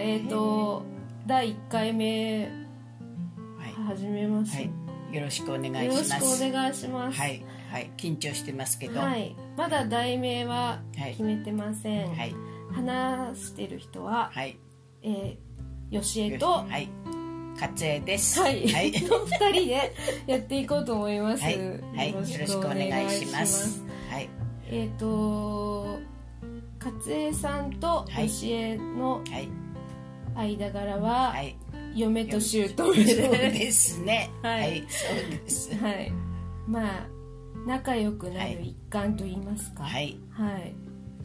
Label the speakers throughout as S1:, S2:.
S1: えっ、と第1回目
S2: は
S1: 始めます、
S2: い、はい、よろしくお願い
S1: よろ
S2: し
S1: し
S2: ま
S1: く
S2: す
S1: お願いします
S2: はい、はい、緊張してますけど、
S1: は
S2: はい、
S1: いまだ題名は
S2: はい
S1: 決めてません、
S2: はい、
S1: 話してる人は、
S2: はい、
S1: えー、よしえと、は
S2: はい、かつえです。
S1: い、
S2: はい、
S1: の2人でやっていこうと思います、
S2: はい、はい、よろしくお願いします。はい、
S1: えっ、と勝江さんと
S2: はい
S1: よしえの
S2: はい、
S1: 間柄は、
S2: はい、
S1: 嫁と姑
S2: そう
S1: で
S2: ですね。
S1: は
S2: はいい、そうです。
S1: はい、まあ仲良くなる一環と言いますか
S2: はい、
S1: はい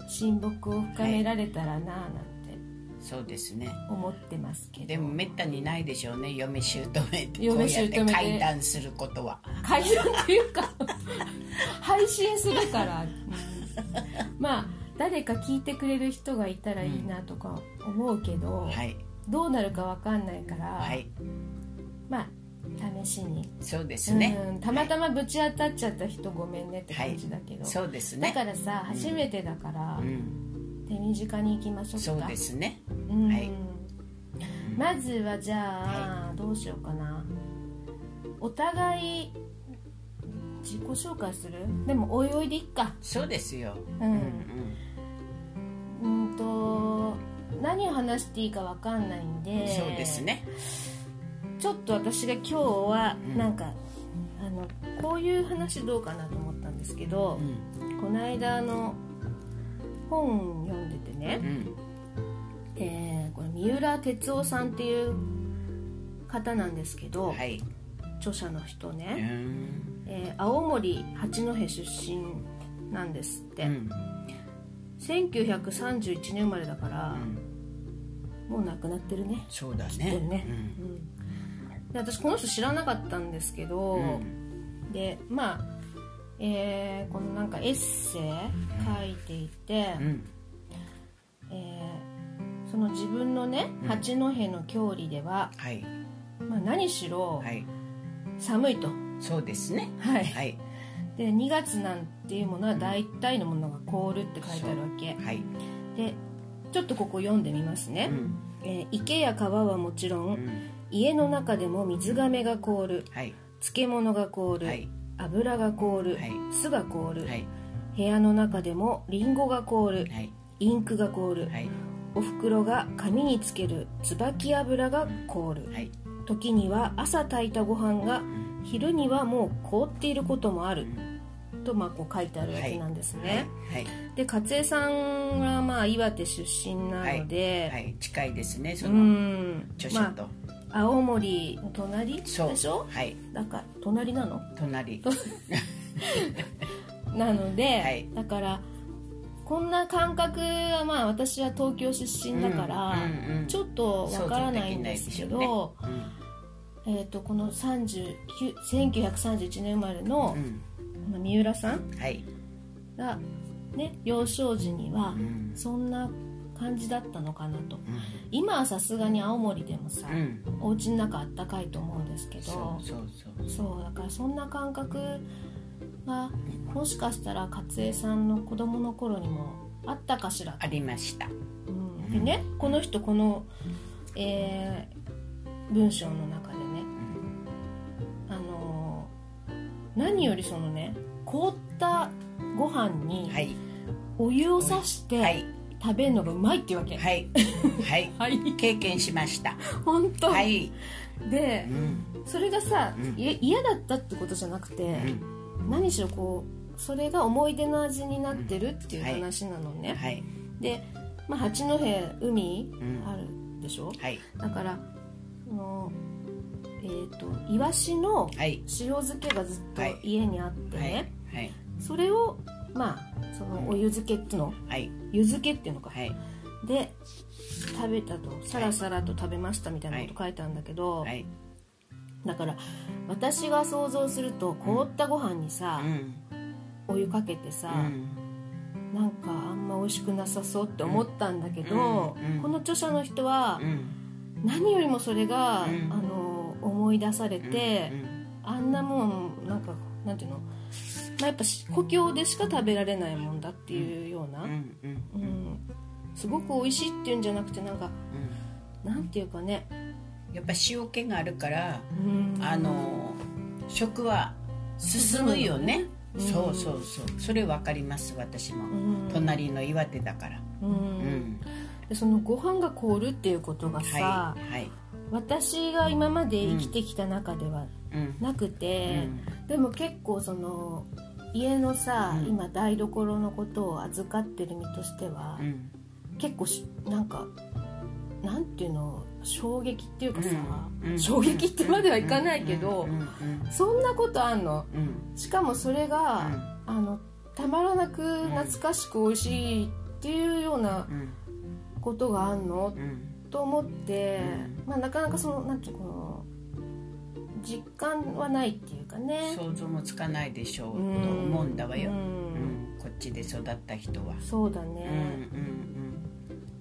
S1: 親睦を深められたらなあなんて
S2: そうですね。
S1: 思ってますけど、
S2: でもめったにないでしょうね嫁姑ってこ
S1: 嫁
S2: うやっ
S1: 姑
S2: て
S1: で
S2: 会談することは
S1: 会談っていうか配信するから、うんまあ誰か聞いてくれる人がいたらいいなとか思うけど、
S2: はい
S1: どうなるかわかんないから、
S2: はい
S1: まあ試しに、
S2: そうですね
S1: うんたまたまぶち当たっちゃった人ごめんねって感じだけど、
S2: そうです
S1: だ
S2: ね
S1: からさ初めてだから、
S2: うん
S1: 手短に行きましょうか
S2: そうですね
S1: うん
S2: はい
S1: まずはじゃあ、どうしようかなお互い自己紹介するでもおいおいでいっか
S2: そうですよ
S1: う
S2: うんん
S1: うんと何を話していいかわかんないん
S2: うん
S1: で
S2: そうですね
S1: ちょっと私が今日は
S2: うん
S1: なんか、あのこういう話どうかなと思ったんですけど
S2: う、ん
S1: この間あの本読んでてね、
S2: うん
S1: えーこれ三浦哲夫さんっていう方なんですけど、
S2: はい
S1: 著者の人
S2: う
S1: ね、
S2: ん
S1: えー青森八戸出身なんですって、
S2: うん
S1: 1931年生まれだから
S2: う、ん
S1: もう亡くなってるね
S2: そうだ
S1: きっ
S2: ね
S1: とね
S2: うん
S1: うんで私この人知らなかったんですけど、
S2: うん
S1: でまあえーこのなんかエッセイ書いていて、
S2: うん
S1: えーその自分のね
S2: うん
S1: 八戸の郷里では、
S2: はい
S1: まあ、何しろ
S2: はい
S1: 寒いと、
S2: そうですね
S1: はい
S2: はい
S1: で2月なんていうものは大体のものが凍るって書いてあるわけ
S2: はい
S1: でちょっとここ読んでみます
S2: う
S1: ね、
S2: ん
S1: えー池や川はもちろ
S2: うんん
S1: 家の中でも水がめが凍る
S2: はい
S1: 漬物が凍る、
S2: はい
S1: 油が凍る、
S2: はい
S1: 酢が凍る、
S2: はい
S1: 部屋の中でもリンゴが凍る
S2: はい
S1: インクが凍る、
S2: はい
S1: おふくろが髪につける椿油が凍る
S2: はい
S1: 時には朝炊いたご飯が
S2: ん
S1: 昼にはもう凍っていることもあ
S2: う
S1: る
S2: ん
S1: とまあこう書いてあるわけなんですね、
S2: はい
S1: で勝江さんはまあ岩手出身なので、
S2: はい近いですねそうの
S1: ん
S2: 著者
S1: ま
S2: と
S1: あ、青森の隣でし
S2: そう
S1: ょ
S2: はい
S1: だから隣なの
S2: 隣
S1: なので、
S2: はい
S1: だからこんな感覚はまあ私は東京出身だから、
S2: うんうん
S1: ちょっとわからないんですけ
S2: 想像できないでしょ
S1: ど、えっとこの39 1931年生まれ
S2: う
S1: の
S2: ん
S1: この三浦さん
S2: うんはい
S1: が、ね、幼少時には
S2: うん
S1: そんな感じだったのかなと今はさすがに青森でもさ、
S2: うん
S1: お家の中あったかいと思うんですけど
S2: そうそうそう
S1: そうだからそんな感覚がもしかしたら勝江さんの子供の頃にもあったかしら
S2: ありました
S1: うん、でねこの人この、えー文章の中でねあのー何よりそのね凍ったご飯に
S2: はい
S1: お湯をさし
S2: は
S1: て
S2: い
S1: 食べるのがうまいっていうわけ
S2: はいはい
S1: はい
S2: 経験しました
S1: 本当、
S2: はい
S1: で
S2: うん
S1: それがさ、
S2: うん
S1: い嫌だったってことじゃなくて、
S2: うん
S1: 何しろこうそれが思い出の味になってるっていう話なのね、
S2: はい
S1: で、まあ、八戸海
S2: うん
S1: あるでしょ、
S2: はい
S1: だからこのえっ、とイワシの
S2: はい
S1: 塩漬けがずっと
S2: はい
S1: 家にあってね、
S2: はいはい
S1: それをまあそのお湯漬けっていうの
S2: はい
S1: 湯漬けっていうのか、
S2: はい
S1: で食べたとさらさらと食べましたみたいなこと書いてあるんだけど、
S2: はい
S1: だから私が想像すると凍ったご飯にさ
S2: う、ん
S1: お湯かけてさ、
S2: うん
S1: なんかあんま美味しくなさそうって思ったんだけど、
S2: うんうん
S1: この著者の人は
S2: うん
S1: 何よりもそれが、
S2: うん
S1: あの思い出されて
S2: う、ん
S1: あんなもんなんかなんていうの、まあ、やっぱし故郷でしか食べられないもんだっていうような、
S2: う
S1: うん
S2: んうん
S1: すごく美味しいっていうんじゃなくてなんか
S2: うん
S1: なんていうかね、
S2: やっぱ塩気があるから
S1: うん
S2: あの食は進むよね、
S1: うん
S2: そうそうそうそれ分かります私も、
S1: うん
S2: 隣の岩手だから
S1: う
S2: うんん
S1: でそのご飯が凍るっていうことがさ、
S2: はいはい
S1: 私が今まで生きてきた中では
S2: うん
S1: なく
S2: う
S1: て、
S2: ん
S1: でも結構その家のさ、
S2: うん
S1: 今台所のことを預かってる身としては
S2: う、ん
S1: 結構しなんかなんていうの衝撃っていうかさ、
S2: うん
S1: 衝撃ってまではいかないけど、
S2: うんうんうん
S1: そんなことあんの
S2: うん
S1: しかもそれが、あのたまらなく
S2: ん
S1: 懐かしく美味しいっていうような
S2: うんうん
S1: ことがあんの、
S2: うん
S1: と思って、
S2: う
S1: まあなかなかそのなんていうのかな実感はないっていうかね
S2: 想像もつかないでしょうと
S1: ん
S2: 思うんだわよ
S1: う、
S2: うん
S1: ん
S2: こっちで育った人は、
S1: そうだ
S2: うん
S1: ね、
S2: うんうん、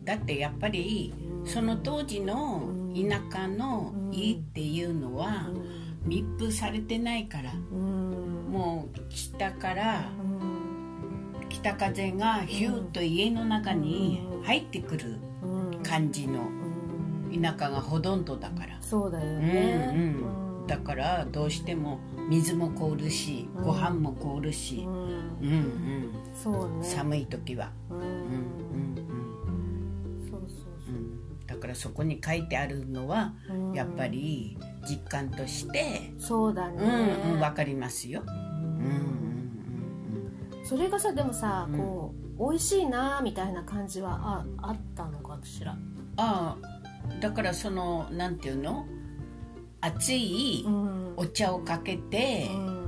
S2: だってやっぱり
S1: うん
S2: その当時の田舎の家っていうのは密封されてないから
S1: うん
S2: もう北から
S1: うん
S2: 北風がヒューッと家の中に入ってくる
S1: うん
S2: 感じの
S1: うん
S2: 田舎がほとんどだから
S1: そうだよね
S2: うんうん、だからどうしても水も凍るし
S1: うん
S2: ご飯も凍るし
S1: う、
S2: うん
S1: ん
S2: うん
S1: そうね
S2: 寒い時は、
S1: うん
S2: うんうん
S1: そうそう
S2: う
S1: そ
S2: んうん、だからそこに書いてあるのは
S1: ううん
S2: やっぱり実感として、
S1: そうだ
S2: う
S1: ね
S2: んうん、分かりますよ、
S1: う
S2: うんんうん
S1: それがさでもさ、
S2: うん
S1: こう美味しいなみたいな感じはああったのかしら
S2: うん、ああだからそのなんていうの熱い
S1: うん
S2: お茶をかけて、
S1: うん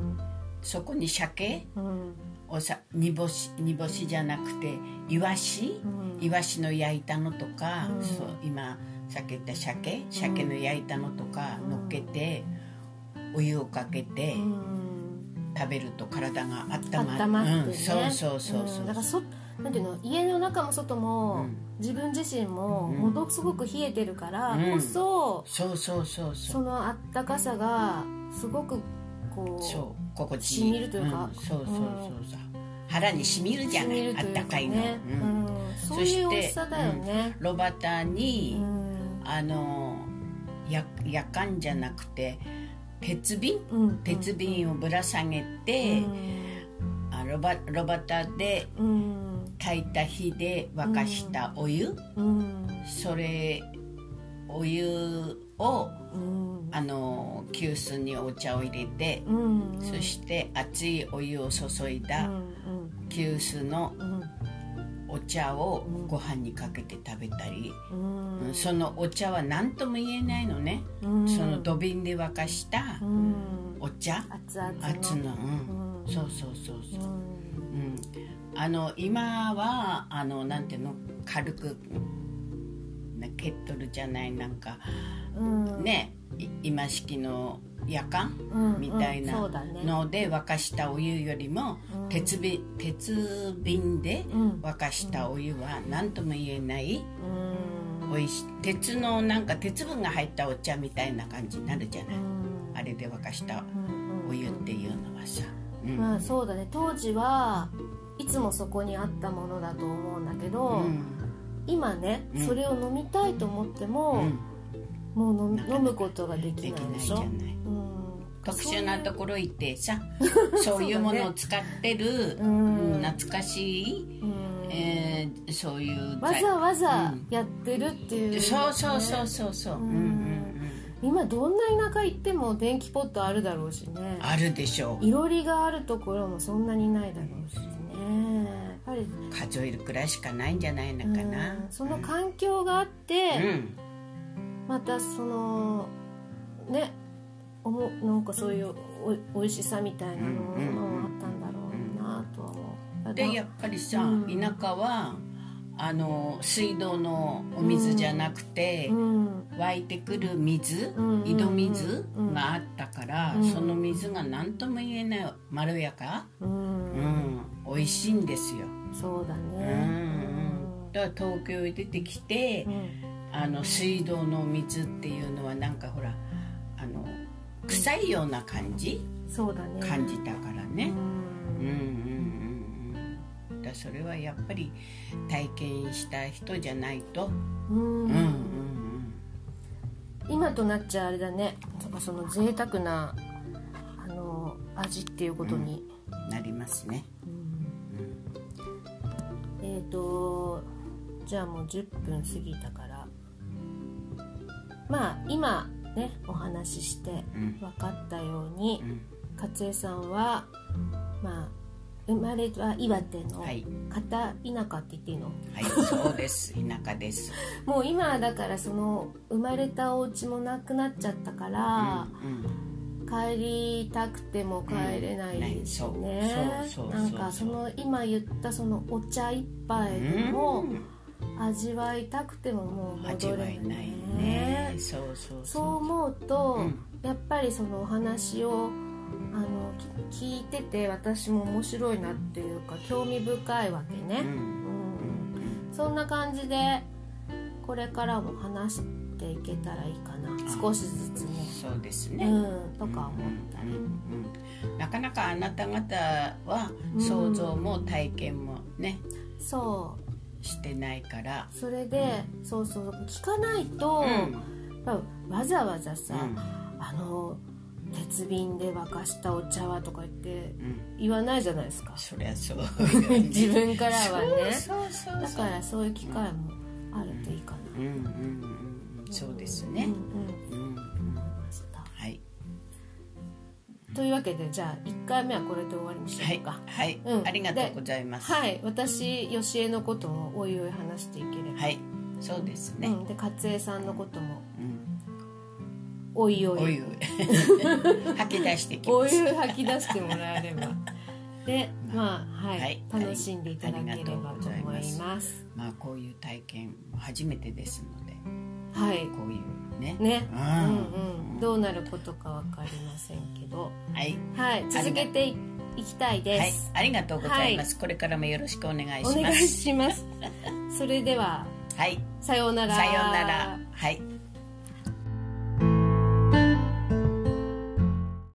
S2: そこに鮭
S1: うん
S2: おさ煮干し煮干しじゃなくてイワシ、
S1: うん
S2: イワシの焼いたのとか、
S1: うん
S2: そう今さっき言った鮭鮭の焼いたのとか
S1: うん
S2: 乗っけて、お湯をかけて
S1: うん
S2: 食べると体があったまる
S1: 温まってね、
S2: うん、そうそうそうそう、
S1: んだからそなんていうの家の中も外も、
S2: うん
S1: 自分自身も
S2: うん
S1: ものすごく冷えてるから
S2: うん
S1: こそ、
S2: そうそうそうそ
S1: そうのあったかさがすごくこう
S2: そう心地
S1: 染みるというか
S2: んそうそうそうそう腹にしみるじゃ
S1: 染
S2: な
S1: み
S2: い
S1: ると
S2: あっ
S1: いう
S2: た
S1: か
S2: かいの、
S1: ね
S2: うん
S1: うんそういう美味しさだよね、
S2: ロバタに、
S1: うん
S2: あのや夜間じゃなくて鉄瓶
S1: うん、
S2: 鉄瓶をぶら下げて、あロバロバタで
S1: うん
S2: 炊いた火で沸かしたお湯、
S1: うん
S2: それお湯を
S1: うん
S2: あの急須にお茶を入れて、
S1: うん
S2: そして熱いお湯を注いうだ
S1: ん
S2: 急須の
S1: うん
S2: お茶を
S1: うん
S2: ご飯にかけて食べたり、
S1: うん
S2: うんそのお茶は何とも言えないのね、
S1: うん
S2: その土瓶で沸かした
S1: うん
S2: お茶、
S1: 熱々の
S2: 熱の、
S1: うん
S2: うん、そうそうそうそう
S1: ん
S2: う、うん、あの今はあのなんていうの軽くなケットルじゃないなんか
S1: うん
S2: ねい今式の夜間
S1: うん
S2: みたい
S1: うん
S2: な
S1: そうだね
S2: ので沸かしたお湯よりも
S1: うん
S2: 鉄瓶鉄瓶で
S1: うん
S2: 沸かしたお湯は何とも言えない
S1: うん
S2: おいし鉄のなんか鉄分が入ったお茶みたいな感じになるじゃないあれで沸かした
S1: うん
S2: お湯っていうのはさ、う
S1: うんまあそうだね当時はいつもそこにあったものだと思うんだけど、
S2: うん
S1: 今ね、
S2: うん
S1: それを飲みたいと思っても、もう飲み飲むことができない
S2: できな
S1: で
S2: い
S1: し
S2: じ
S1: ょ
S2: ゃない
S1: うん
S2: 特殊なところ行って さそういうものを使ってる、
S1: うん
S2: うん懐かしい、
S1: うん
S2: えーそういう
S1: わ
S2: 材
S1: ざわざやってるっていう、
S2: そうそうそうそうそう、うんうん
S1: 今どんな田舎行っても電気ポットあるだろうしね
S2: うん、あるでしょう
S1: いろりがあるところもそんなにないだろうしねやっぱり
S2: 数えるくらいしかないんじゃないのかな
S1: うんその環境があって
S2: う、ん
S1: またそのねおもなんかそういうおおいしさみたいなのも
S2: うんうんうん
S1: あったんだろうなとは思う
S2: でやっぱりさ、
S1: うん
S2: 田舎はあの水道のお水じゃなくて、
S1: うん
S2: 湧いてくる水、
S1: うん
S2: 井戸水があったから、
S1: うん
S2: その水が何とも言えないまろやか、
S1: う、
S2: うんん、美味しいんですよ、
S1: そうだ
S2: うん
S1: ね
S2: だから東京へ出てきて、
S1: うん
S2: あの水道の水っていうのはなんかほらあの臭いような感じ、
S1: そうだね
S2: 感じたから
S1: う
S2: ね、うんんうんうんうん、だからそれはやっぱり体験した人じゃないと、
S1: うん
S2: うんうんうん、
S1: 今となっちゃあれだねなんかその贅沢なあの味っていうことに、
S2: なりますね
S1: えっ、とじゃあもう10分過ぎたからまあ今ねお話しして
S2: うん
S1: 分かったように
S2: うん
S1: 勝江さんはまあ生まれは岩手の
S2: はい
S1: 片田舎って言っていいの、
S2: はいそうです田舎です
S1: もう今だからその生まれたお家もなくなっちゃったから、
S2: うん
S1: 帰りたくても帰れないし
S2: うん
S1: ね
S2: ねそうそうそう
S1: なんかその今言ったそのお茶一杯
S2: うん
S1: でも味わいたくてももう
S2: 味
S1: 戻れ
S2: わ
S1: ないい
S2: ないね
S1: ね
S2: そうそう
S1: そう
S2: そう
S1: 思うと、
S2: うん
S1: やっぱりそのお話をあのき聞いてて私も面白いなっていうか興味深いわけ
S2: う
S1: ね、
S2: ん
S1: うんそんな感じでこれからも話していけたらいいかな少しずつね
S2: そうですね、
S1: うんとか思った
S2: うん
S1: り、
S2: うんうんなかなかあなた方は想像も体験もね、
S1: そう
S2: してないから、
S1: それで、そうそう聞かないと、やっぱわざわざさ、あの鉄瓶で沸かしたお茶はとか言って
S2: うんうん
S1: 言わないじゃないです か
S2: そりゃそう
S1: 自 分からはね
S2: そうそうそう
S1: だ
S2: そう
S1: からそういう機会もあるといいかな、
S2: うんうんうんそうですね
S1: うんうん
S2: うん、
S1: 思いました
S2: はい
S1: というわけでじゃあ1回目はこれで終わりにしよ
S2: は
S1: う
S2: い
S1: か
S2: はい、
S1: うん
S2: ありがとうございます
S1: はい、私よしえのこともおいおい話していければ、
S2: はいそうです
S1: う
S2: ね、
S1: ん、で勝江さんのことも
S2: うん、
S1: おいおい
S2: お湯吐き出して き
S1: お
S2: ます
S1: 湯吐き出してもらえれば でまあはい、
S2: はい
S1: 楽しんでいただければと思い
S2: ありがとうござい
S1: ます
S2: まあこういう体験初めてですので
S1: はい
S2: こういうね
S1: ね
S2: う
S1: うん
S2: ん
S1: うんどうなることかわかりませんけど
S2: はい
S1: はい続けていいきたい
S2: は
S1: で
S2: い
S1: す、、
S2: ありがとうございます。これからもよろしくお願いします。
S1: お願いしますそれでは
S2: はい、
S1: さようなら
S2: さようなら。はい。